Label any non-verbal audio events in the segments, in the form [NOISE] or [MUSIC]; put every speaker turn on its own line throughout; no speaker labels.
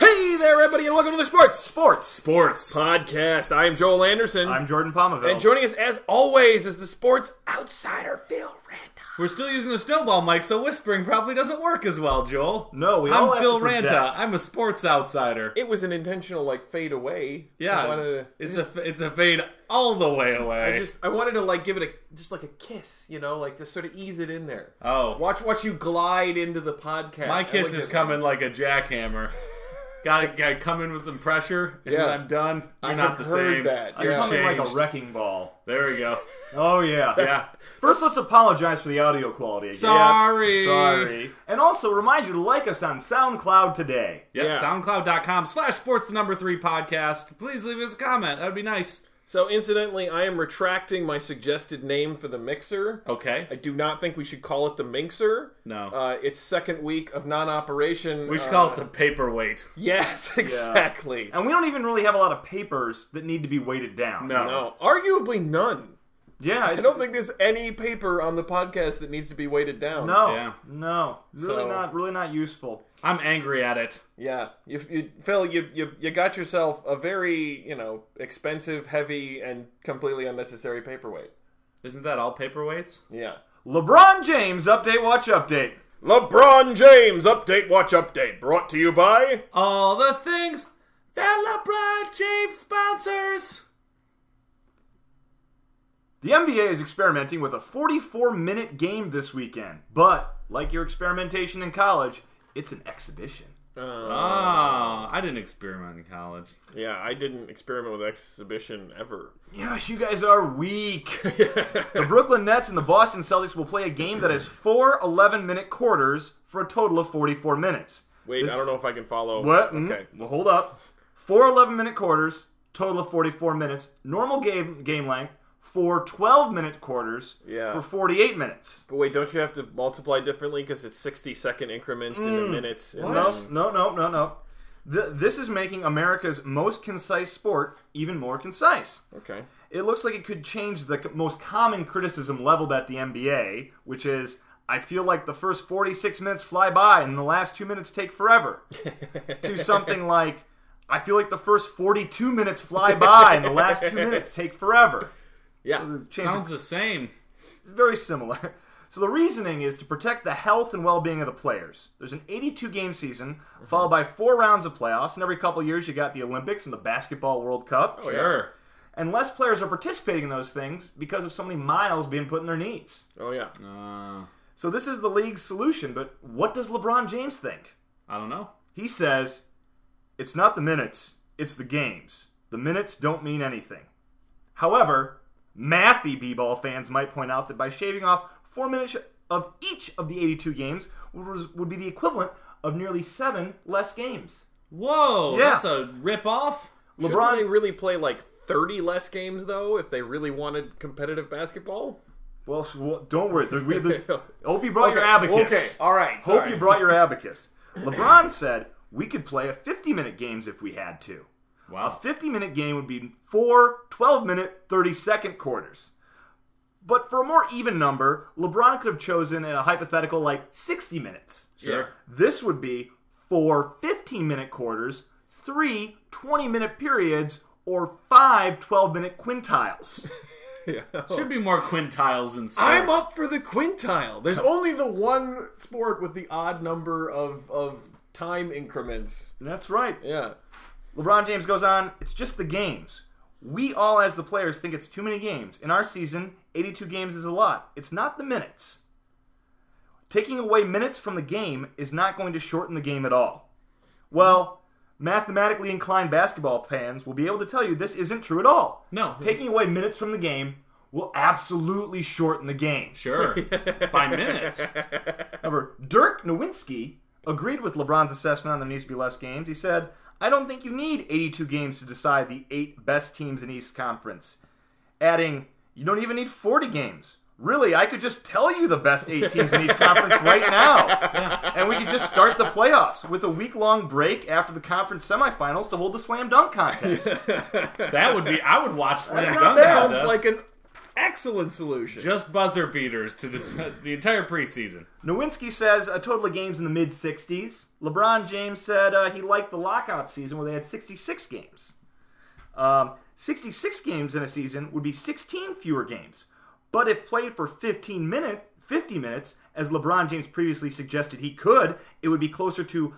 Hey there, everybody, and welcome to the Sports Sports Sports Podcast. I am Joel Anderson,
I'm Jordan Palmaville.
and joining us as always is the sports outsider Phil Randolph.
We're still using the snowball mic, so whispering probably doesn't work as well, Joel.
No, we
I'm
all have
Phil
to project.
Ranta. I'm a sports outsider.
It was an intentional like fade away. I
yeah,
wanted to,
it's
I just,
a it's a fade all the way away.
I just I wanted to like give it a just like a kiss, you know, like just sort of ease it in there.
oh,
Watch watch you glide into the podcast.
my kiss
Elegant.
is coming like a jackhammer. Got to come in with some pressure, and
Yeah.
when I'm done. You're
I
not
have
the
heard
same.
that,
You're
yeah.
Coming like a
changed.
wrecking ball.
There we
[LAUGHS]
go.
Oh yeah,
Yeah.
First, let's apologize for the audio quality. Again.
Sorry.
sorry. And also remind you to like us on SoundCloud today.
Yep.
Yeah.
SoundCloud.com slash sports number three podcast. Please leave us a comment. That'd be nice.
So incidentally, I am retracting my suggested name for the mixer.
Okay.
I do not think we should call it the Minxer.
No.
Uh, it's second week of non-operation. Uh,
we should call it the paperweight.
[LAUGHS]
Yes, exactly.
And we don't even really have a lot of papers that need to be weighted down.
No.
No, arguably none.
Yeah,
I
it's,
don't think there's any paper on the podcast that needs to be weighted down.
No,
Yeah.
no, really
So-
not, really not useful.
I'm angry at it.
Yeah, you, you, Phil, you, you you got yourself a very you know expensive, heavy, and completely unnecessary paperweight.
Isn't that all paperweights?
Yeah.
LeBron James update, watch update.
LeBron James update, watch update, brought to you by.
All the things that LeBron James sponsors.
The NBA is experimenting with a 44 minute game this weekend, but like your experimentation in college, it's an exhibition.
Ah, I didn't experiment in college.
Uh, yeah, I didn't experiment with exhibition ever.
Yeah, you guys are
[LAUGHS]
weak. the Brooklyn Nets and the Boston Celtics will play a game that has four 11 minute quarters for a total of 44 minutes.
Wait,
This-
I don't know if I can follow.
What? Mm,
Okay.
Well, hold up. Four 11 minute quarters, total of 44 minutes. Normal game, game length, four 12 minute quarters
Yeah.
for 48 minutes.
But wait, don't you have to multiply differently because it's sixty-second increments in
Hmm.
into minutes? And
No,
then-
no, no, no, no. Th- this is making America's most concise sport even more concise.
Okay.
it looks like it could change the c- most common criticism leveled at the NBA, which is I feel like the first 46 minutes fly by and the last two minutes take forever, to something like I feel like the first 42 minutes fly by and the last two minutes take forever.
Yeah.
Change
Sounds the same.
very similar. So the reasoning is to protect the health and well-being of the players. There's an 82 game season followed by four rounds of playoffs, and every couple years you got the Olympics and the Basketball World Cup
Oh,
Sure.
and less players are participating in those things because of so many miles being put in their knees.
Oh yeah.
Uh,
So this is the league's solution, but what does LeBron James think?
I don't know.
He says, "It's not the minutes, it's the games. The minutes don't mean anything." However, mathy b-ball fans might point out that by shaving off 4 minutes of each of the 82 games would res- would be the equivalent of nearly 7 less games.
Whoa,
Yeah.
that's a rip off.
LeBron
LeBron
they really play like 30 less games though if they really wanted competitive basketball?
Well, well, don't worry. There,
[LAUGHS]
we, there's, hope you brought your abacus.
Okay. All right.
Hope you brought your abacus. LeBron said we could play a 50 minute games if we had to. A
Wow.
50 minute game would be four 12 minute 30 second quarters. But for a more even number, LeBron could have chosen a hypothetical like 60 minutes.
Sure.
This would be four 15 minute quarters, three 20 minute periods, or five 12 minute quintiles.
Should be more quintiles in sports.
I'm up for the quintile. There's only the one sport with the odd number of of time increments.
That's right.
Yeah.
LeBron James goes on, it's just the games. We all, as the players, think it's too many games. In our season, 82 games is a lot. It's not the minutes. Taking away minutes from the game is not going to shorten the game at all. Well, mathematically inclined basketball fans will be able to tell you this isn't true at all.
No.
Taking away minutes from the game will
[LAUGHS]
absolutely shorten the game.
Sure. By minutes.
However, Dirk Nowinski agreed with LeBron's assessment on there needs to be less games. He said, I don't think you need 82 games to decide the eight best teams in East Conference. Adding, you don't even need 40 games. Really, I could just tell you the best eight teams in each conference right now. And we could just start the playoffs with a week long break after the conference semifinals to hold the slam dunk contest.
That would be. I would watch slam
That's
dunk
not
contests.
Sounds
Sounds like an excellent solution. [LAUGHS]
just buzzer beaters to dis- the entire preseason.
Nowinski says a total of games in the mid 60s. LeBron James said uh, he liked the lockout season where they had 66 games. Um, 66 games in a season would be 16 fewer games. But if played for 15 minute, 50 minutes, as LeBron James previously suggested he could, it would be closer to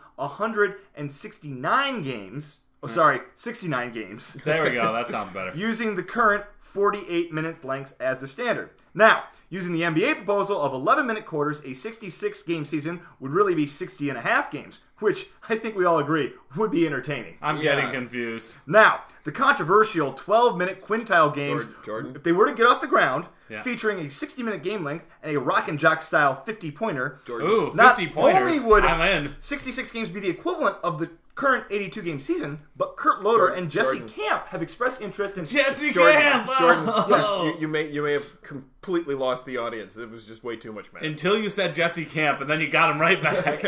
169 games. Oh, sorry, 69 games [LAUGHS]
There we go. That sounds better.
using the current 48 minute lengths as the standard. Now, using the NBA proposal of 11 minute quarters, a 66 game season would really be 60 and a half games, which I think we all agree would be entertaining.
I'm
Yeah.
getting
[LAUGHS]
confused.
Now, the controversial 12 minute quintile games,
Jordan- Jordan.
if they were to get off the ground,
Yeah.
featuring a 60 minute game length and a rock and jock style 50 pointer,
Jordan.
Ooh, 50
Not
pointers.
only would-
I'm in.
66 games be the equivalent of the current 82 game season, but Kurt Loder
Jordan-
and Jesse
Jordan.
Camp have expressed interest in
Jesse
Jordan,
Camp.
Jordan,
Oh.
yes, you, you may you may have completely lost the audience. It was just way too much math.
Until you said Jesse Camp, and then you got him right back. [LAUGHS]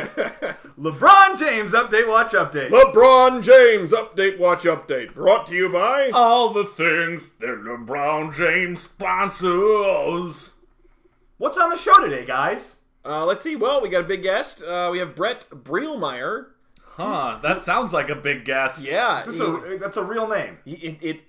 LeBron James update, watch update.
LeBron James update, watch update, brought to you by.
All the things that LeBron James sponsors.
What's on the show today, guys?
Uh, let's see. Well, we got a big guest. Uh, we have Brett Brielmeyer.
Huh, that sounds like a big guest.
Hmm. Yeah,
This is a, E, that's a real name.
he- it, it,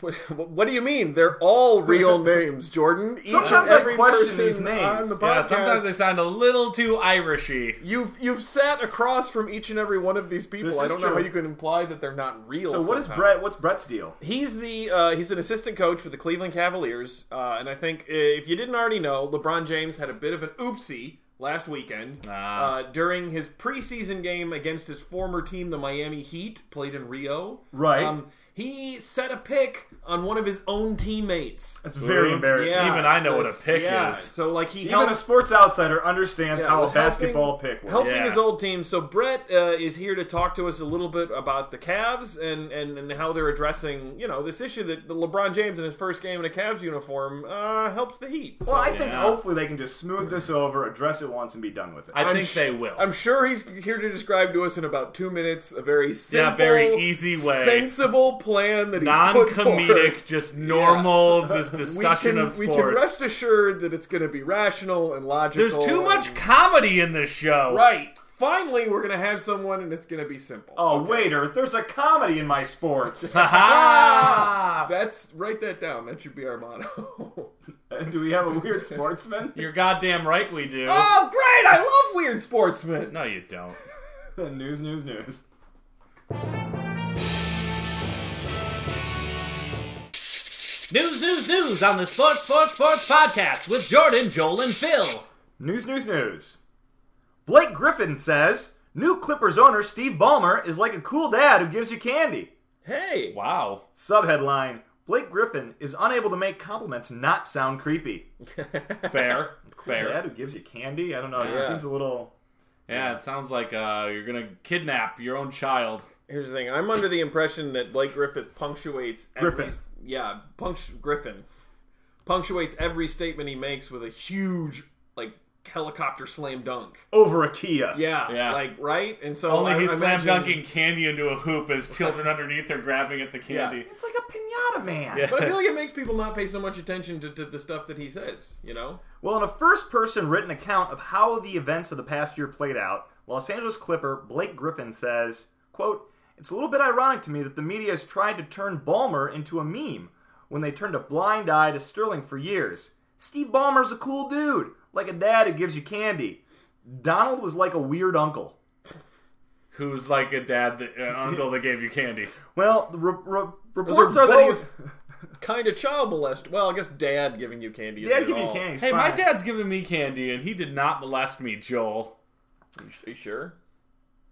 it- [LAUGHS] What do you mean? They're all
[LAUGHS]
real names, Jordan. Each and
Sometimes I
every
question
person
these names.
on the podcast.
Yeah, sometimes they sound a little too Irishy.
You've you've sat across from each and every one of these people.
This
I
is
don't know
true.
how you can imply that they're not real.
So what is
somehow.
Brett? What's Brett's deal?
He's the uh, he's an assistant coach with the Cleveland Cavaliers, uh, and I think uh, if you didn't already know, LeBron James had a bit of an oopsie last weekend
Ah.
uh, during his preseason game against his former team, the Miami Heat, played in Rio. Um,
Right.
he set a pick on one of his own teammates.
That's very
Oops.
embarrassing.
Yeah. Even I know
so
what a
it's-
pick
yeah,
is.
So like he
Even
helped
a sports outsider understands
yeah,
how a
was helping-
basketball pick works.
Helping
Yeah.
his old team. So Brett uh, is here to talk to us a little bit about the Cavs and, and, and how they're addressing, you know, this issue that the LeBron James in his first game in a Cavs uniform uh, helps the Heat. So
Well, I think
Yeah.
hopefully they can just smooth this over, address it once, and be done with it.
I
I'm
think
sh-
they will.
I'm sure he's here to describe to us in about two minutes a very simple,
very easy way.
sensible plan that he's put forward.
Non-comedic, just normal, just
[LAUGHS] We
discussion
can,
of
we
sports.
can rest assured that it's going to be rational and logical.
There's too much
and-
comedy in this show. [LAUGHS]
Right. Finally, we're going to have someone, and it's going to be simple.
oh, waiter, there's a comedy in my [LAUGHS] sports.
[LAUGHS]
Ha
That's write that down. That should be our motto.
Do we have a weird [LAUGHS] sportsman?
You're goddamn right we do.
oh, great! I love weird sportsmen.
No, you don't.
news, news, news.
News, news, news on the Sports, Sports, Sports podcast with Jordan, Joel, and Phil.
News, news, news. Blake Griffin says new Clippers owner Steve Ballmer is like a cool dad who gives you candy.
Hey,
Wow.
Subheadline Blake Griffin is unable to make compliments not sound creepy.
Fair.
[LAUGHS]
Fair.
Dad who gives you candy? I don't know. It just
Yeah.
seems a little.
Yeah, it sounds like uh, you're going to kidnap your own child.
here's the thing. I'm under the impression that Blake Griffith punctuates every,
Griffin.
Yeah, punct Griffin punctuates every statement he makes with a huge like helicopter slam dunk.
Over a Kia.
Yeah,
Yeah.
like right. And so
Only
I-
he's
I
slam
imagine-
dunking candy into a hoop as children underneath are grabbing at the
Yeah.
candy.
It's like a pinata man.
But I feel like it makes people not pay so much attention to, to the stuff that he says. You know.
Well, in a first person written account of how the events of the past year played out, Los Angeles Clipper Blake Griffin says, quote, It's a little bit ironic to me that the media has tried to turn Ballmer into a meme when they turned a blind eye to Sterling for years. Steve Ballmer's a cool dude, like a dad who gives you candy. Donald was like a weird uncle.
Who's like a dad, that, uh, uncle that gave you candy.
Well, the re- re- reports are, that
both
he.
Kind of child molest. Well, I guess dad giving you candy.
Dad
isn't
give
at
you
all.
candy. is
Hey, my
fine.
dad's giving me candy, and he did not molest me, Joel.
You, sh- you sure?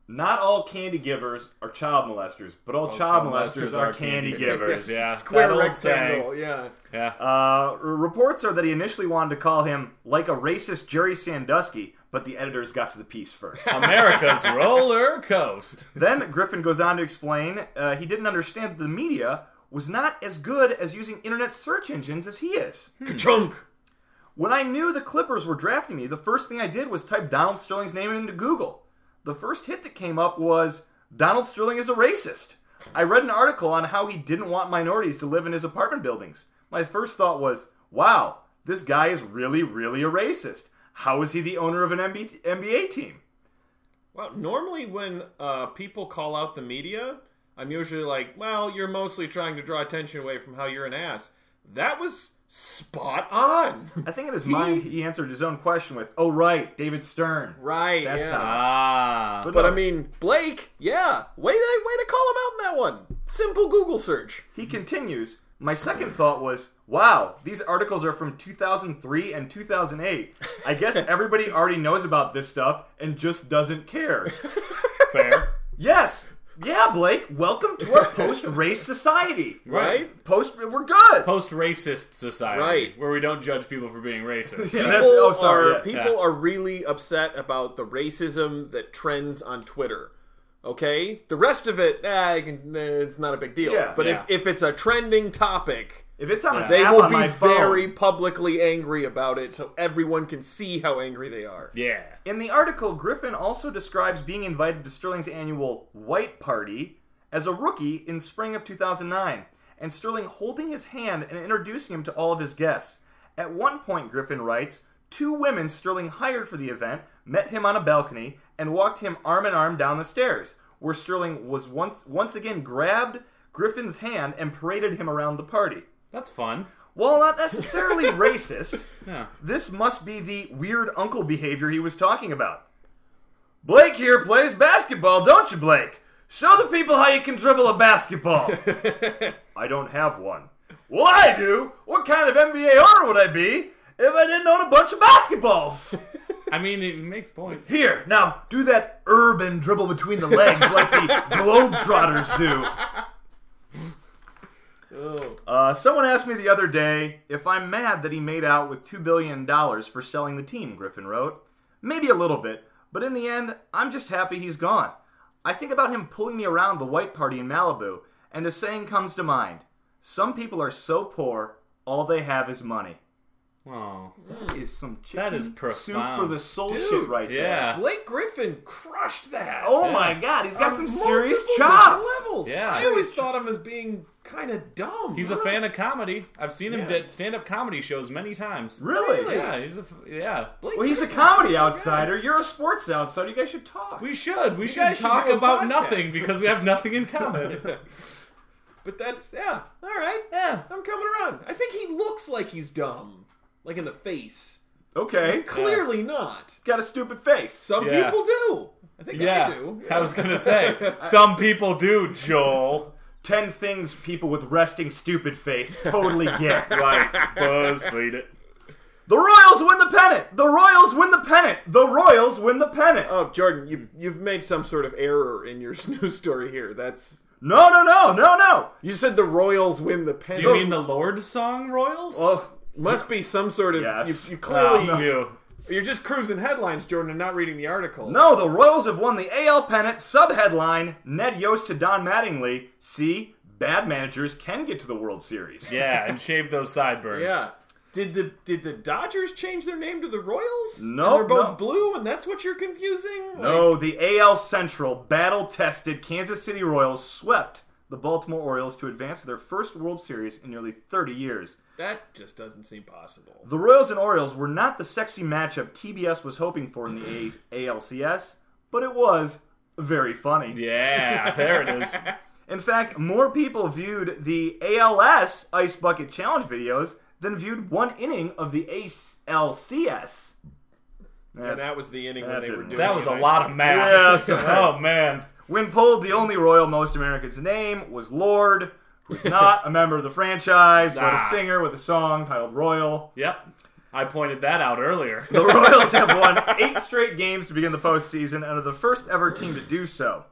Not all candy givers are child molesters, but all, child, molesters, are candy, givers. [LAUGHS]
Yeah.
Square
that old
rectangle. Yeah.
Yeah.
Uh, r- reports are that he initially wanted to call him like a racist Jerry Sandusky, but the editors got to the piece [LAUGHS] first.
America's
[LAUGHS]
roller coast.
then Griffin goes on to explain uh, he didn't understand that the media was not as good as using internet search engines as he is.
Hmm.
Chunk.
When I knew the Clippers were drafting me, the first thing I did was type Donald Sterling's name into Google. The first hit that came up was Donald Sterling is a racist. I read an article on how he didn't want minorities to live in his apartment buildings. My first thought was, wow, this guy is really, really a racist. How is he the owner of an MB- NBA team?
Well, normally when uh, people call out the media, I'm usually like, well, you're mostly trying to draw attention away from how you're an ass. That was spot on. [LAUGHS]
I think in his mind, he answered his own question with, oh, right, David Stern.
right.
That's
yeah.
not.
Ah.
But
no,
I mean, Blake, yeah. Way to, way to call him out in that one. Simple Google search.
He continues, My second thought was, wow, these articles are from 2003 and 2008.
[LAUGHS]
I guess everybody already knows about this stuff and just doesn't care.
Fair.
Yes, yeah, Blake, welcome
[LAUGHS]
to our post race society.
Right?
Post, we're good.
Post racist society.
Right.
Where we don't judge people for being
[LAUGHS]
racist.
Yeah,
People,
that's- oh, sorry,
are,
yeah.
people
Yeah.
are really upset about the racism that trends on Twitter. Okay? The rest of it, ah, I can, eh, it's not a big deal.
Yeah.
but
Yeah.
If, if it's a trending topic,
If it's on an
They
app
will
on
be
my phone,
very publicly angry about it so everyone can see how angry they are.
Yeah.
In the article, Griffin also describes being invited to Sterling's annual White Party as a rookie in spring of 2009, and Sterling holding his hand and introducing him to all of his guests. At one point, Griffin writes, two women Sterling hired for the event met him on a balcony and walked him arm in arm down the stairs, where Sterling was once once again grabbed Griffin's hand and paraded him around the party.
That's fun.
While not necessarily racist,
Yeah.
this must be the weird uncle behavior he was talking about. Blake here plays basketball, don't you, Blake? Show the people how you can dribble a basketball. I don't have one. Well, I do. What kind of NBA owner would I be if I didn't own a bunch of basketballs?
I mean, it makes
[LAUGHS]
points.
Here, now, do that urban dribble between the legs like
[LAUGHS]
the Globetrotters do.
Oh.
Uh, someone asked me the other day if I'm mad that he made out with $2 billion for selling the team, Griffin wrote. Maybe a little bit, but in the end, I'm just happy he's gone. I think about him pulling me around the white party in Malibu, and a saying comes to mind Some people are so poor, all they have is money.
Oh.
That is some chicken
That is
soup
profound.
for the soul
Dude,
shit right there.
Yeah.
Blake Griffin crushed that.
Oh my god, he's got some
Multiple
serious
different
chops.
Levels.
Yeah.
I always thought of him as being kind of dumb.
He's a fan of comedy. I've seen him
Yeah.
at stand-up comedy shows many times.
Really?
Yeah, he's a f- yeah.
Blake
Well, he's a
Griffin.
comedy outsider. You're a sports outsider. You guys should talk.
We should. We should
guys should
talk
do a
about
podcast.
nothing because we have nothing in common.
[LAUGHS] But that's yeah. All right.
yeah.
I'm coming around. I think he looks like he's dumb, like in the face.
Okay.
Clearly not.
Got a stupid face.
Some
Yeah.
people do. I think
Yeah.
I do.
I was gonna say some people do, Joel.
Ten things people with resting
[LAUGHS]
stupid face totally get.
Right. Buzzfeed it.
the Royals win the pennant. The Royals win the pennant. The Royals win the pennant.
[LAUGHS] Oh, Jordan, you you've made some sort of error in your [LAUGHS] news story here. That's
no, no, no, no, no.
you said the Royals win the pennant.
You mean the Lord song Royals?
Oh,
Must be some sort of.
Yes.
You, you
Oh,
clearly
phew.
you're just cruising headlines, Jordan, and not reading the article.
no, the Royals have won the AL pennant. Subheadline: Ned Yost to Don Mattingly. See, bad managers can get to the World Series.
Yeah, and shave those sideburns.
Yeah. Did the did the Dodgers change their name to the Royals? And
Nope,
They're both
no.
blue, and that's what you're confusing. Like,
No, the AL Central battle tested Kansas City Royals swept the Baltimore Orioles to advance to their first World Series in nearly 30 years.
that just doesn't seem possible.
The Royals and Orioles were not the sexy matchup TBS was hoping for in the A- ALCS, but it was very funny.
Yeah, there it is.
In fact, more people viewed the ALS Ice Bucket Challenge videos than viewed one inning of the ALCS.
And that was the inning when
That
they were
didn't
doing.
That was a
it.
lot of math. [LAUGHS]
Yes.
oh man.
When polled, the only royal most Americans name was Lord, who's not a member of the franchise, but
Ah.
a singer with a song titled Royal.
Yep. I pointed that out earlier.
[LAUGHS] The Royals have won eight straight games to begin the postseason and are the first ever team to do so.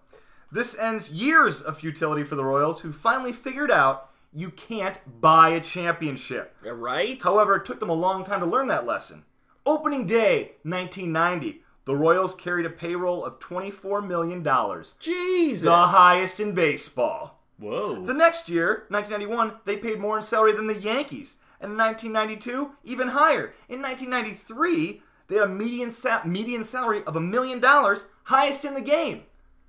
This ends years of futility for the Royals, who finally figured out you can't buy a championship.
Right?
However, it took them a long time to learn that lesson. Opening day, 1990, the Royals carried a payroll of $24 million, the
Jesus.
highest in baseball.
Whoa.
The next year, 1991, they paid more in salary than the Yankees. And in 1992, even higher. In 1993, they had a median, sa- median salary of a million dollars, highest in the game.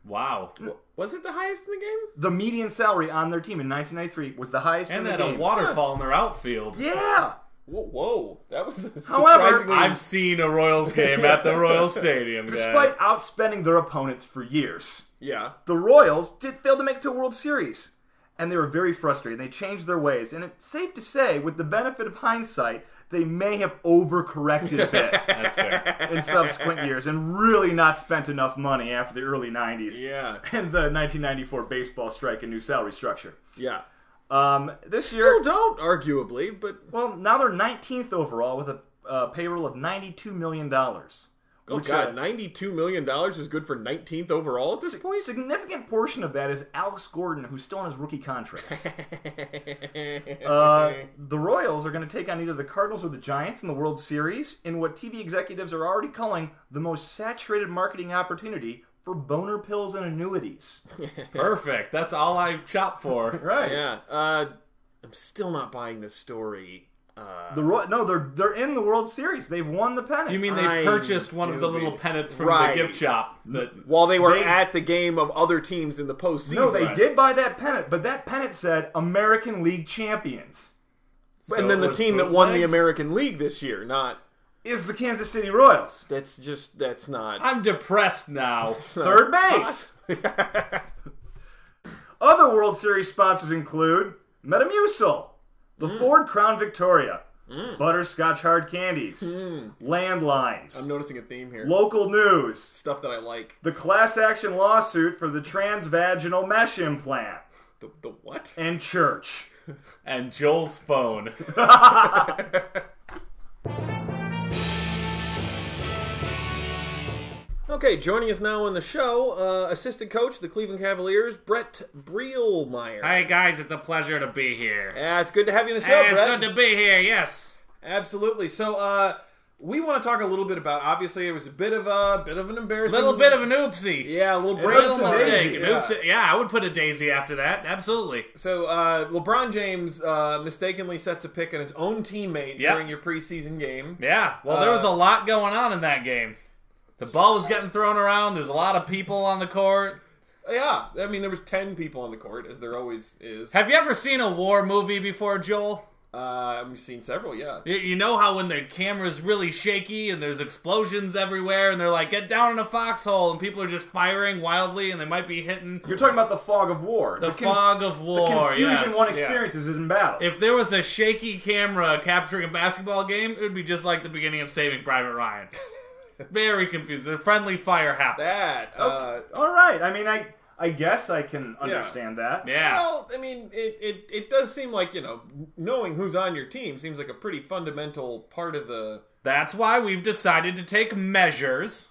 Wow.
Was it the highest in the game?
The median salary on their team in 1993 was the highest
And
in the
that a
game.
waterfall in their outfield.
yeah.
Whoa, whoa. that was [LAUGHS] a
However,
surprisingly.
I've seen a Royals game at the Royal Stadium. guys.
Despite outspending their opponents for years,
yeah,
the Royals did fail to make it to a World Series. And they were very frustrated. They changed their ways. And it's safe to say, with the benefit of hindsight, they may have overcorrected a bit.
That's fair.
in subsequent years and really not spent enough money after the early 90s
yeah,
and the 1994 baseball strike and new salary structure.
yeah.
Um, this year,
Still don't, arguably, but
well, now they're 19th overall with a uh, payroll of $92 million.
oh
which,
god,
uh,
ninety-two million dollars is good for nineteenth overall at this [LAUGHS]
a
point.
significant portion of that is Alex Gordon, who's still on his rookie contract.
[LAUGHS]
uh, the Royals are going to take on either the Cardinals or the Giants in the World Series in what TV executives are already calling the most saturated marketing opportunity for boner pills and
[LAUGHS]
annuities.
Perfect. That's all I shop for.
Right.
Yeah, uh, I'm still not buying this story. Uh,
The Roy- no, they're they're in the World Series. They've won the pennant.
You mean they
I'm
purchased one of the little
doobie.
pennants from
Right.
the gift shop? That
while they were
They-
at the game of other teams in the postseason,
no? They did buy that pennant, but that pennant said American League champions
So
and then
it
the
was
team that won the
bootlegged?
American League this year. Not
is the Kansas City Royals.
that's just that's not.
I'm depressed
[LAUGHS]
now.
Third base. Other World Series sponsors include Metamucil, the Ford Crown Victoria, Butterscotch Hard Candies, Landlines,
I'm noticing a theme here.
Local News,
Stuff that I like.
the class action lawsuit for the transvaginal mesh implant,
The, the what?
and Church.
and Joel's phone.
Okay, joining us now on the show, uh, assistant coach the Cleveland Cavaliers, Brett Brielmeyer.
Hey guys, it's a pleasure to be here.
Yeah, it's good to have you on the show,
Hey,
Brett.
it's good to be here. Yes.
Absolutely. So, uh, we want to talk a little bit about. Obviously, it was a bit of a bit of an embarrassing,
Little bit of an oopsie.
yeah, a little
A
brain
little
Oopsie
mistake.
daisy,
An
yeah.
oopsie- yeah, I would put a daisy after that. Absolutely.
So, uh, LeBron James uh, mistakenly sets a pick on his own teammate
Yeah.
during your preseason game.
Yeah. Well, there was
Uh,
a lot going on in that game. The ball was getting thrown around. There's a lot of people on the court.
Yeah, I mean there was ten people on the court, as there always is. Uh,
Have you ever seen a war movie before, Joel?
we've seen several. Yeah,
You- You know how when the camera's really shaky and there's explosions everywhere and they're like, get down in a foxhole and people are just firing wildly and they might be hitting
You're talking about the fog of war.
the,
con-
fog of war.
confusion
yes.
one experiences is in battle.
If there was a shaky camera capturing a basketball game, it would be just like the beginning of Saving Private Ryan. Very confusing. The friendly fire happens.
that. Uh,
All right. I mean, I I guess I can understand that.
Yeah.
Well, I mean, it, it, it does seem like, you know, knowing who's on your team seems like a pretty fundamental part of the.
That's why we've decided to take measures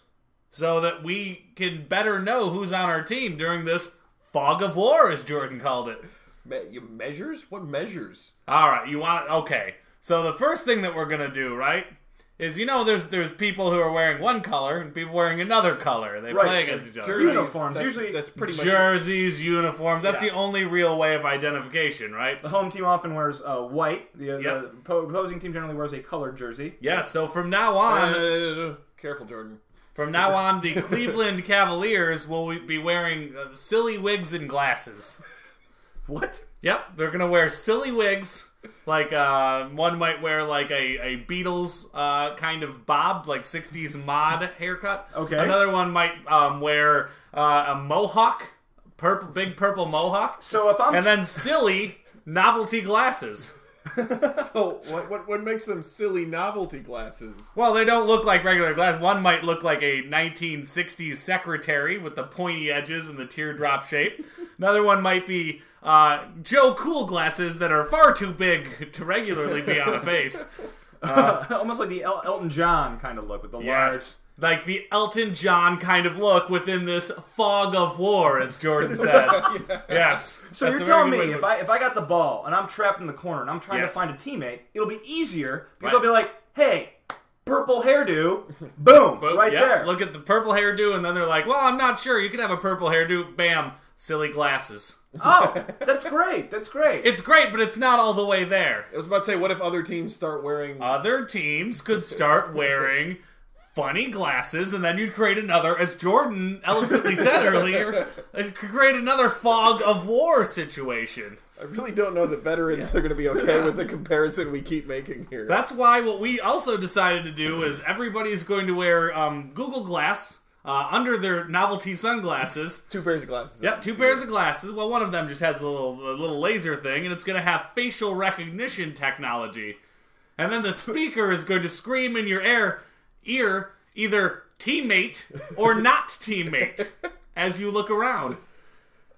so that we can better know who's on our team during this fog of war, as Jordan called it.
Me- you measures? What measures?
All right, you want okay. So the first thing that we're gonna do, right, is you know there's there's people who are wearing one color and people wearing another color. They
Right.
play against each other.
Jerseys,
Uniforms,
that's-
usually-
That's pretty much.
Jerseys, uniforms. That's
Yeah.
the only real way of identification, right?
The home team often wears uh, white. The,
Yep.
the po- opposing team generally wears a colored jersey.
Yeah. So from now on,
Uh, careful, Jordan.
from now on, the Cleveland Cavaliers will be wearing uh, silly wigs and glasses.
What?
Yep, they're gonna wear silly wigs. Like uh, one might wear like a, a Beatles uh, kind of bob, like '60s mod haircut.
Okay.
Another one might um, wear uh, a mohawk, purple, big purple mohawk,
So if I'm
and then silly novelty glasses.
[LAUGHS] So, what, what, what makes them silly novelty [LAUGHS] glasses?
Well, they don't look like regular glasses. One might look like a 1960s secretary with the pointy edges and the teardrop shape. Another one might be
[LAUGHS]
uh, Joe Cool glasses that are far too big to regularly be on a face.
[LAUGHS] Almost like the El- Elton John kind of look with the
Yes. Like the Elton John kind of look within this fog of war, as Jordan
[LAUGHS]
said. Yes.
large. So you're
a very
telling
good way
me
to
if I if I got the ball and I'm trapped in the corner and I'm trying
Yes.
to find a teammate, it'll be easier because I'll be like, hey, purple hairdo, boom,
But,
right
yeah,
there.
Look at the purple hairdo, and then they're like, well, I'm not sure. You can have a purple hairdo. Bam. Silly glasses. [LAUGHS]
Oh, that's great. That's great.
It's great, but it's not all the way there.
I was about to say, what if other teams start wearing?
Other teams could start wearing funny glasses, and then you'd create another, as Jordan eloquently said earlier, it could create another fog of war situation.
I really don't know that veterans are going to
[LAUGHS]
be okay with the comparison we keep making here.
That's why what we also decided to do is everybody's going to wear um, Google Glass uh, under their novelty sunglasses.
two pairs of glasses.
Yep, two pairs of glasses. Well, one of them just has a little a little laser thing, and it's going to have facial recognition technology. And then the speaker is going to scream in your air, ear either teammate or not teammate as you look around.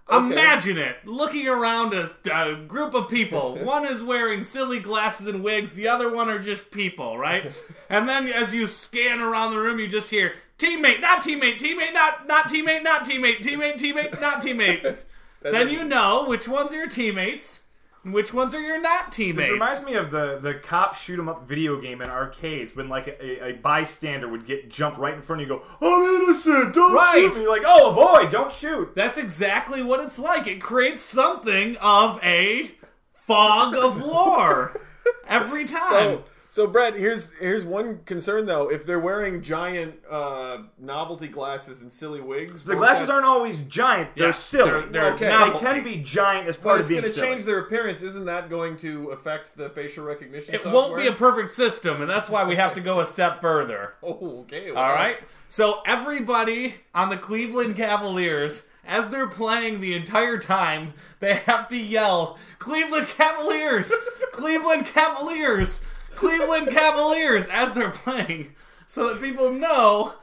Imagine it looking around a, a group of
[LAUGHS]
people. One is wearing silly glasses and wigs, the other one are just people,
[LAUGHS]
right? And then as you scan around the room, you just hear teammate, not teammate, teammate, not not teammate, not teammate, teammate, teammate, not
[LAUGHS]
teammate. then you know which ones are your teammates and which ones are your not
This
teammates.
reminds me of the the cop shoot 'em up video game in arcades when like a, a bystander would get jump right in front of you, and go, "I'm innocent, don't
Right.
shoot me!" You're like, "Oh, avoid, don't shoot."
That's exactly what it's like. It creates something of a fog
[LAUGHS]
of war every time.
So, so Brett, here's here's one concern though. If they're wearing giant uh, novelty glasses and silly wigs,
The glasses aren't always giant; they're
Yeah,
silly.
they're- they're
okay.
novelty.
They can be giant as
But
part of
it's
being
going to
silly.
change their appearance. Isn't that going to affect the facial recognition?
it won't be a perfect system, and that's why we have to go a step further.
[LAUGHS] Oh, okay.
All right. So everybody on the Cleveland Cavaliers, as they're playing the entire time, they have to yell, "Cleveland Cavaliers! Cleveland Cavaliers! Cleveland Cavaliers!" as they're playing, so that people know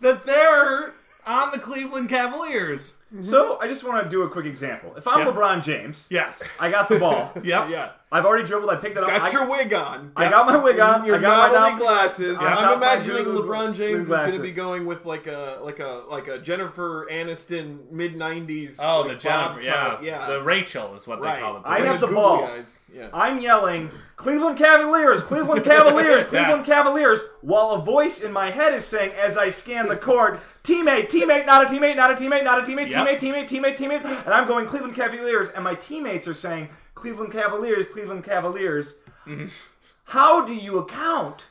that they're on the Cleveland Cavaliers.
So I just want to do a quick example. If I'm
Yeah.
LeBron James,
Yes.
I got the ball.
[LAUGHS] Yep.
Yeah.
I've already dribbled. I picked it up.
Got
I,
your wig on.
I got my wig on.
Your
I got my
novelty
novelty
glasses.
on top
I'm
of my
imagining
blue-
LeBron
blue
James is going to
glasses.
be going with like a like a like a Jennifer Aniston mid '90s.
Oh, the
like bob
Jennifer,
cut.
yeah,
yeah.
the Rachel is what
Right.
they call it. The
I
Rachel.
have the
googly
ball.
eyes. Yeah.
I'm yelling, Cleveland Cavaliers,
[LAUGHS]
Cleveland Cavaliers, Cleveland
Yes.
Cavaliers, while a voice in my head is saying, as I scan the court, teammate, teammate, not a teammate, not a teammate, not a teammate,
Yep.
teammate, teammate, teammate, teammate, and I'm going Cleveland Cavaliers, and my teammates are saying, Cleveland Cavaliers, Cleveland Cavaliers.
Mm-hmm.
How do you account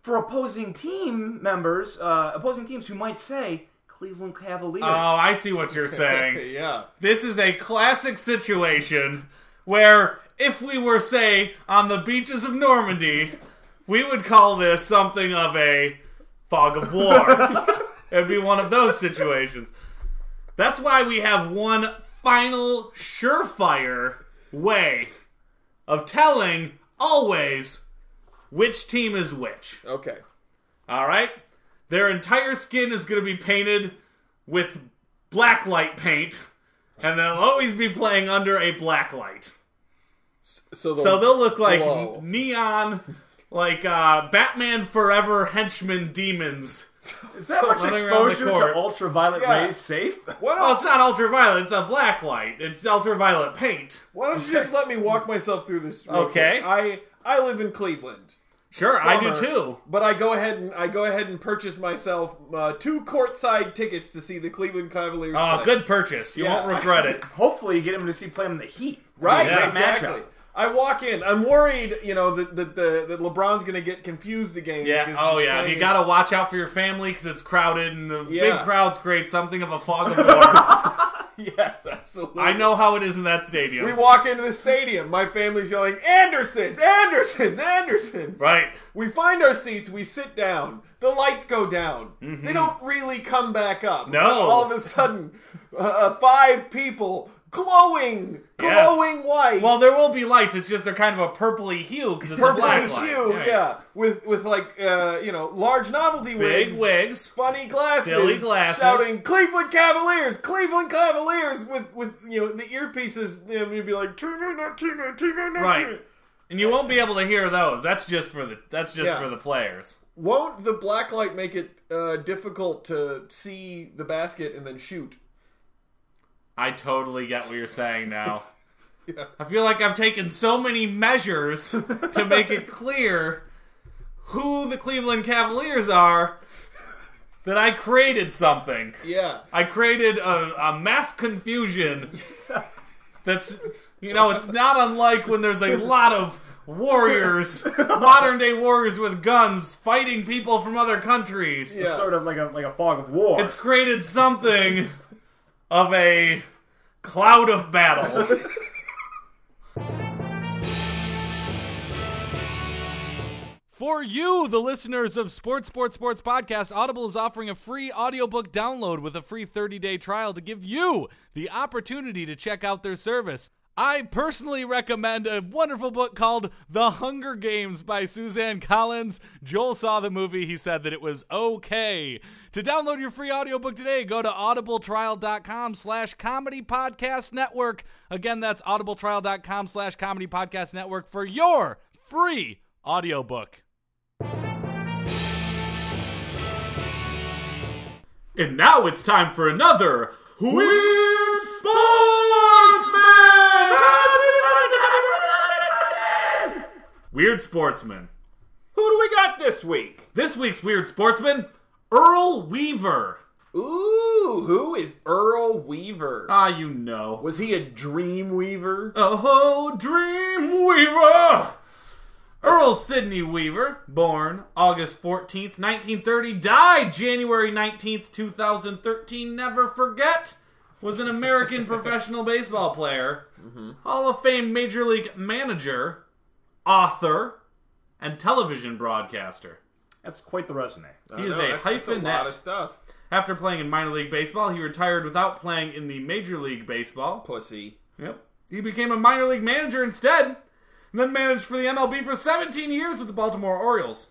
for opposing team members, uh, opposing teams who might say Cleveland Cavaliers?
Oh, I see what you're
[LAUGHS]
saying.
yeah.
This is a classic situation where if we were, say, on the beaches of Normandy, we would call this something of a fog of war. It'd be one of those situations. That's why we have one final surefire way of telling always which team is which.
Okay.
All right? Their entire skin is going to be painted with black light paint, and they'll always be playing under a black light.
So, the,
So they'll look like
Whoa.
neon, like uh, Batman Forever henchmen demons.
Is that much
running around the
exposure to
court.
ultraviolet
Yeah.
rays safe?
Why
Well,
don't,
Oh, it's not ultraviolet, it's a black light. It's ultraviolet paint.
why don't you just let me walk myself through this? real
Okay.
quick? I I live in Cleveland.
Sure, I
Bummer.
do too.
But I go ahead and I go ahead and purchase myself uh, two courtside tickets to see the Cleveland Cavaliers.
Oh,
play.
good purchase. You
Yeah.
won't regret
[LAUGHS]
it.
Hopefully, you get him to see play him in the Heat.
Right,
Yeah.
exactly.
Matchup.
I walk in. I'm worried, you know, that that, that, that LeBron's going to get confused again.
Yeah.
because
Oh,
he's
yeah.
playing
You
his-
gotta watch out for your family because it's crowded, and the big
Yeah.
crowds create something of a fog of
[LAUGHS]
war.
[LAUGHS] Yes, absolutely.
I know how it is in that stadium.
We walk into the stadium. My family's yelling, "Andersons! Andersons! Andersons!"
Right.
We find our seats. We sit down. The lights go down. They don't really come back up.
Mm-hmm. No.
All of a sudden, uh, five people glowing,
Yes.
glowing white.
Well, there will be lights. It's just they're kind of a purpley hue because it's a black
purplish
light.
hue, yeah, with with like uh, you know large novelty
Big
wigs,
wigs.
funny glasses,
Silly glasses.
shouting Cleveland Cavaliers, Cleveland Cavaliers, with with you know the earpieces. You know, you'd be like, "Tuna, not tuna, tuna, not
Right.
tuna."
And you won't be able to hear those. That's just for the that's just
Yeah.
for the players.
Won't the black light make it uh, difficult to see the basket and then shoot?
I totally get what you're saying now.
[LAUGHS] Yeah.
I feel like I've taken so many measures to make
[LAUGHS]
it clear who the Cleveland Cavaliers are that I created something.
Yeah.
I created a, a mass confusion that's, you know, it's not unlike when there's a lot of warriors, modern day warriors with guns, fighting people from other countries.
Yeah.
Sort of like a like a fog of war.
It's created something of a cloud of battle.
For you, the listeners of Sports Sports Sports Podcast, Audible is offering a free audiobook download with a free 30-day trial to give you the opportunity to check out their service. I personally recommend a wonderful book called The Hunger Games by Suzanne Collins. Joel saw the movie, he said that it was okay. To download your free audiobook today, go to audibletrial.com slash comedy podcast network. Again, that's audibletrial.com slash comedy podcast network for your free audiobook.
and now it's time for another Weird Sportsman! Weird Sportsman.
Who do we got this week?
This week's Weird Sportsman, Earl Weaver.
Ooh, who is Earl Weaver?
Ah, you know.
Was he a dream weaver?
Oh, Dream Weaver! Earl Sidney Weaver, born August 14th, 1930, died January 19th, 2013. Never forget, was an American [LAUGHS] professional baseball player,
Mm-hmm.
Hall of Fame Major League manager, author, and television broadcaster.
That's quite the resume.
He is a
No, that's- that's
hyphenate.
A lot of stuff.
After playing in minor league baseball, he retired without playing in the Major League Baseball.
Pussy.
Yep. He became a minor league manager instead, and then managed for the MLB for 17 years with the Baltimore Orioles.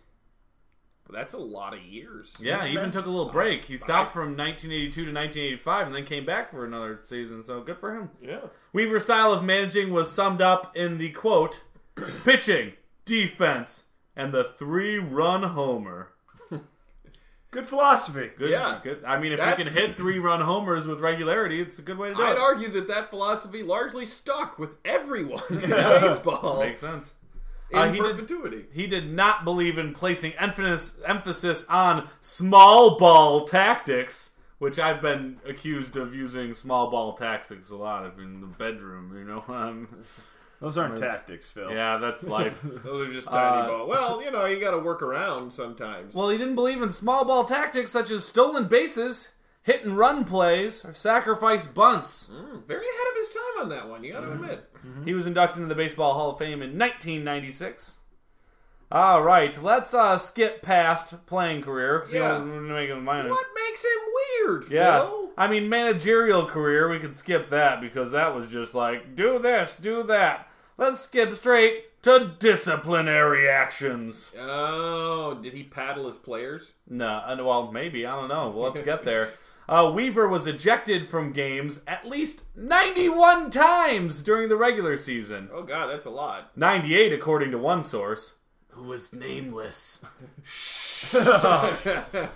That's a lot of years.
Yeah, he even took a little break. He stopped from 1982 to 1985 and then came back for another season, so good for him.
Yeah.
Weaver's style of managing was summed up in the quote [CLEARS THROAT] pitching, defense, and the three run homer.
Good philosophy.
Good,
Yeah.
good. I mean, if
That's-
we can hit three run homers with regularity, it's a good way to do
I'd
it.
argue that that philosophy largely stuck with [LAUGHS] everyone in baseball in
Makes sense. Uh, he did-
perpetuity.
He did not believe in placing emphasis, emphasis on small ball tactics, which I've been accused of using small ball tactics a lot of in the bedroom, you know. [LAUGHS] Um,
Those aren't tactics, Phil.
yeah, that's life.
Those are just tiny
Uh,
ball. Well, you know, you got to work around sometimes.
well, he didn't believe in small ball tactics such as stolen bases, hit and run plays, or sacrifice bunts.
Mm, very ahead of his time on that one. You got to admit.
He was inducted into the Baseball Hall of Fame in 1996. All right, let's uh, skip past playing career because
Yeah.
he wasn't making minor.
What makes him weird?
Yeah.
Phil?
I mean, managerial career, we could skip that because that was just like, do this, do that. Let's skip straight to disciplinary actions.
Oh, did he paddle his players?
No, and- well, maybe. I don't know. Well, let's get there. [LAUGHS] Uh, Weaver was ejected from games at least 91 times during the regular season.
Oh God, that's a lot.
98, according to one source, who was nameless.
Can't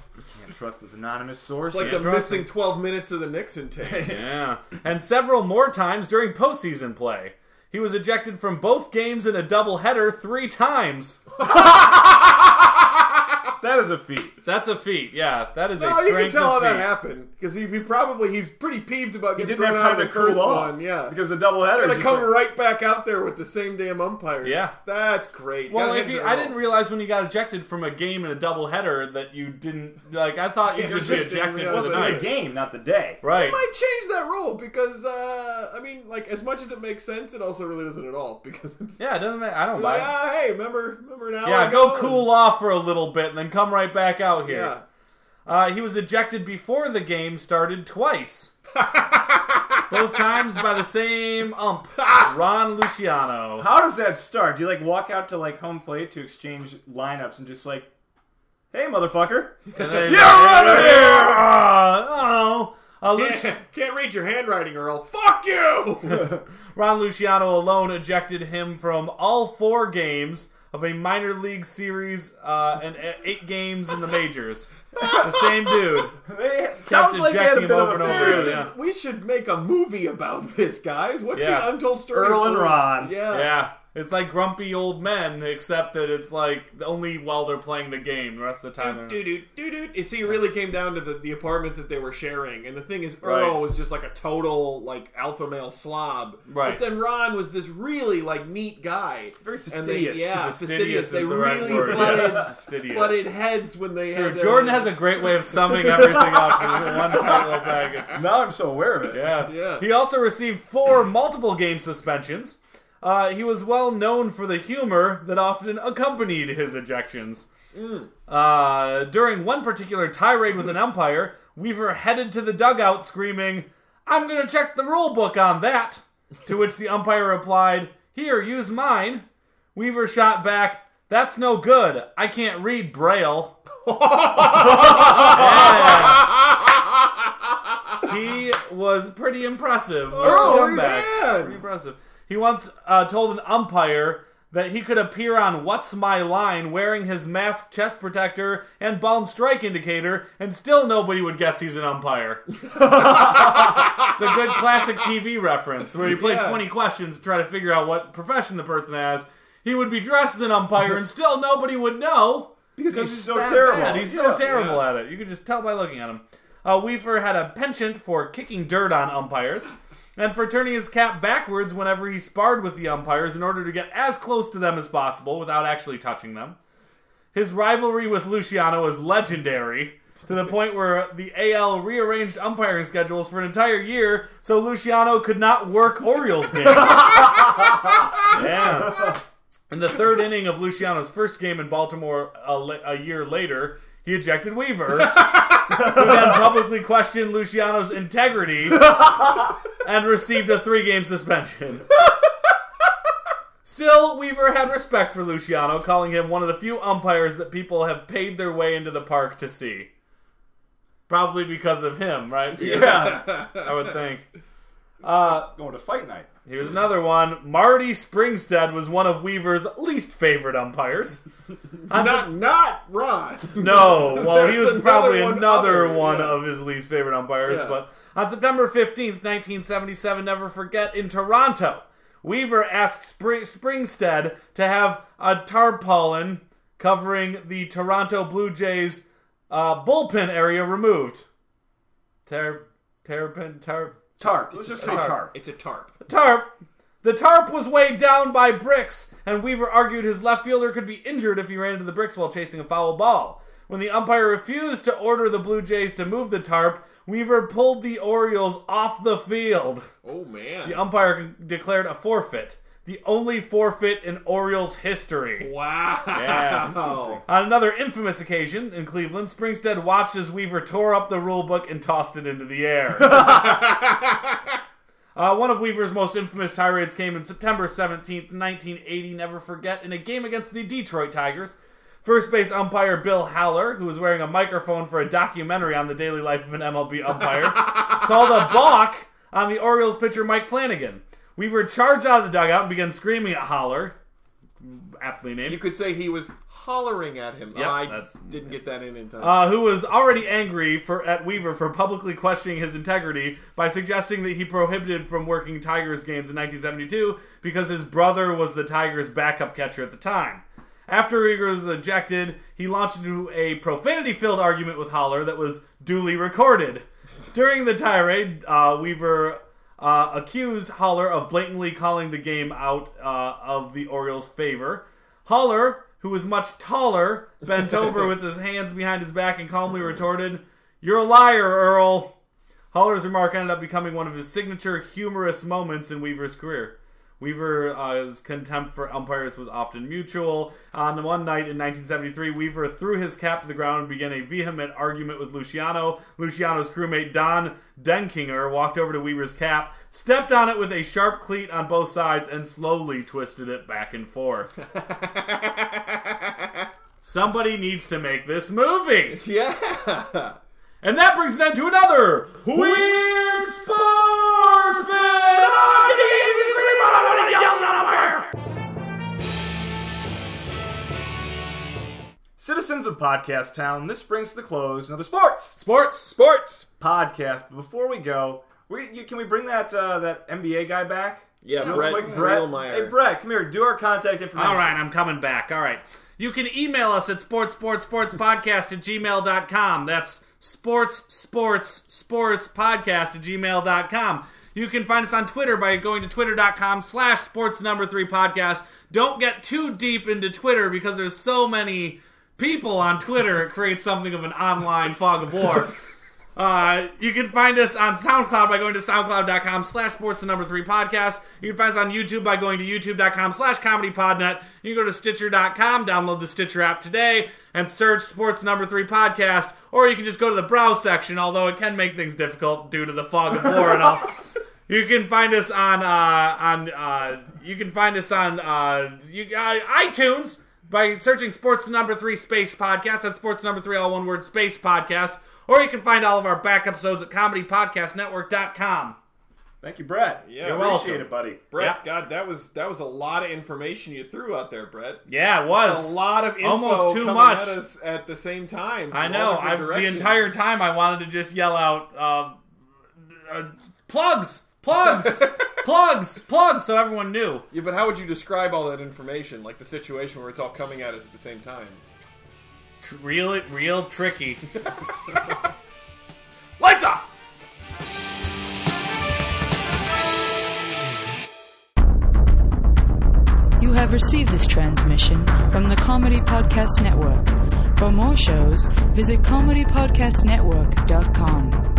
trust this anonymous source.
It's like the missing twelve minutes of
[LAUGHS]
the Nixon tapes.
Yeah. And several more times during postseason play. He was ejected from both games in a doubleheader three times.
that is a feat.
That's a feat. Yeah, that is a
Oh, you
strength
can tell how
of
that
feat.
happened because he, he probably he's pretty peeved about
He
getting
didn't
thrown
have
out
time
of the
to cool
first
off.
one. Yeah,
because the doubleheader.
gonna
is just
come
like-
right back out there with the same damn umpires.
Yeah.
that's great.
Well,
Gotta
if
hand
you,
it
I
all.
didn't realize when you got ejected from a game in a doubleheader that you didn't like. I thought you'd
You
just be
just didn't
ejected for the
realize it.
It's the
night,
game, not the day.
right?
might change that rule because uh, I mean, like as much as it makes sense, it also really doesn't at all [LAUGHS] because it's
Yeah, it doesn't matter. I don't
like
buy.
ah, hey, remember, remember an hour
it. Yeah,
ago?
go cool off for a little bit and then come right back out here.
oh. Yeah,
Uh, he was ejected before the game started
[LAUGHS]
twice. Both times by the same
[LAUGHS]
ump, Ron Luciano.
How does that start? Do you like walk out to like home plate to exchange lineups and just like, hey, motherfucker? [LAUGHS]
And then-
You're out of here!
Uh, [LAUGHS] I don't know. Uh, Luci-
[LAUGHS] Can't, can't read your handwriting, Earl. Fuck you! [LAUGHS]
Ron Luciano alone ejected him from all four games of a minor league series uh, and e- eight games in the majors. the same dude.
They, sounds like they had a
ejecting
bit
him
of
over and
a
over
feud.
This
again.
is- we should make a movie about this, guys. What's
Yeah.
the untold story?
Earl and
of-
Ron.
Yeah.
Yeah. It's like grumpy old men, except that it's like only while they're playing the game. The rest of the time, they're not.
Doo-doo, doo-doo. It see, it really came down to the, the apartment that they were sharing, and the thing is, Earl
Right.
was just like a total like alpha male slob.
Right.
But then Ron was this really like neat guy, very
fastidious.
yeah,
fastidious
fastidious. They
is the right
really
word.
butted,
yes, fastidious.
butted heads when they
Dude,
had. their-
Jordan has a great way of summing everything up in one tight little package.
Now I'm so aware of it.
Yeah.
Yeah.
He also received four multiple game suspensions. Uh, he was well known for the humor that often accompanied his ejections. Uh, during one particular tirade with an umpire, Weaver headed to the dugout screaming, I'm going to check the rule book on that. To which the umpire replied, Here, use mine. Weaver shot back, That's no good. I can't read Braille. Yeah. He was pretty impressive. with
Oh,
comebacks.
man.
Pretty impressive. He once uh, told an umpire that he could appear on What's My Line wearing his mask, chest protector, and ball strike indicator, and still nobody would guess he's an umpire. it's a good classic TV reference where you play
Yeah.
20 questions to try to figure out what profession the person has. He would be dressed as an umpire, and still nobody would know.
Because he's so
that
terrible.
bad. He's
Yeah.
so terrible at it. You could just tell by looking at him. Uh, Weaver had a penchant for kicking dirt on umpires and for turning his cap backwards whenever he sparred with the umpires in order to get as close to them as possible without actually touching them. His rivalry with Luciano is legendary to the point where the AL rearranged umpiring schedules for an entire year so Luciano could not work
[LAUGHS]
Orioles games. yeah. In the third inning of Luciano's first game in Baltimore a, la- a year later, he ejected Weaver, who then publicly questioned Luciano's integrity and received a three game suspension. Still, Weaver had respect for Luciano, calling him one of the few umpires that people have paid their way into the park to see. Probably because of him, right?
Yeah.
I would think.
Going to fight night.
Here's another one. Marty Springstead was one of Weaver's least favorite umpires. On
[LAUGHS] not not
[LAUGHS]
Ron.
no, well, he
There's
was probably
another one
another
other,
one
yeah.
of his least favorite umpires.
Yeah.
But on September 15th, 1977, never forget, in Toronto, Weaver asked Spring- Springstead to have a tarpaulin covering the Toronto Blue Jays uh, bullpen area removed. Ter- terrapin, tarp.
Tarp. Let's just say tarp.
It's a tarp.
tarp. The tarp was weighed down by bricks, and Weaver argued his left fielder could be injured if he ran into the bricks while chasing a foul ball. When the umpire refused to order the Blue Jays to move the tarp, Weaver pulled the Orioles off the field.
Oh man.
The umpire declared a forfeit, the only forfeit in Orioles history.
Wow.
Yeah. On another infamous occasion in Cleveland, Springstead watched as Weaver tore up the rule book and tossed it into the air. Uh, one of Weaver's most infamous tirades came in September 17th, 1980, never forget, in a game against the Detroit Tigers. First base umpire Bill Howler, who was wearing a microphone for a documentary on the daily life of an MLB umpire, called a balk on the Orioles pitcher Mike Flanagan. Weaver charged out of the dugout and began screaming at Howler, aptly named.
You could say he was hollering at him.
Yep,
I
that's-
didn't get that in in time.
uh, who was already angry for at Weaver for publicly questioning his integrity by suggesting that he prohibited from working Tigers games in 1972 because his brother was the Tigers' backup catcher at the time. After Weaver was ejected, he launched into a profanity-filled argument with Holler that was duly recorded. During the tirade, uh, Weaver uh, accused Holler of blatantly calling the game out uh, of the Orioles' favor. Holler, who was much taller, bent over with his hands behind his back and calmly retorted, You're a liar, Earl. Holler's remark ended up becoming one of his signature humorous moments in Weaver's career. Weaver's contempt for umpires was often mutual. On one night in 1973, Weaver threw his cap to the ground and began a vehement argument with Luciano. Luciano's crewmate Don Denkinger walked over to Weaver's cap, stepped on it with a sharp cleat on both sides, and slowly twisted it back and forth. Somebody needs to make this movie.
yeah.
And that brings them to another Weird Sportsman!
Citizens of Podcast Town, this brings to the close another sports
Sports!
Sports.
podcast. But before we go, we, you, can we bring that uh, that NBA guy back?
Yeah,
Real
Brett
quick,
Brillmeyer.
Hey, Brett, come here. Do our contact information.
All right, I'm coming back. All right. You can email us at sportsportsportspodcast at gmail.com. That's sports, sports, sports podcast at gmail.com. You can find us on Twitter by going to twitter.com slash sports number three podcast. Don't get too deep into Twitter because there's so many people on Twitter. It creates something of an online fog of war. Uh, you can find us on SoundCloud by going to soundcloud.com slash sports the number three podcast. You can find us on YouTube by going to youtube.com slash comedy podnet. You can go to stitcher.com, download the Stitcher app today, and search sports number three podcast. Or you can just go to the browse section, although it can make things difficult due to the fog of war and all. You can find us on uh, on uh, you can find us on uh, you, uh, iTunes by searching Sports Number Three Space Podcast. That's Sports Number Three, all one word, Space Podcast. Or you can find all of our back episodes at ComedyPodcastNetwork.com.
Thank you, Brett.
Yeah,
Appreciate
welcome.
it, buddy.
Brett, God, that was that was a lot of information you threw out there, Brett.
Yeah, it was
a lot of info
Almost too
coming
much.
at us at the same time.
I
from
know.
all
I,
different
the
directions.
entire time I wanted to just yell out um, uh, plugs, [LAUGHS] plugs, plugs, plugs, so everyone knew.
Yeah, but how would you describe all that information? Like the situation where it's all coming at us at the same time.
Tr- Real, real [LAUGHS] tricky. Lights off.
You have received this transmission from the Comedy Podcast Network. For more shows, visit comedypodcastnetwork.com.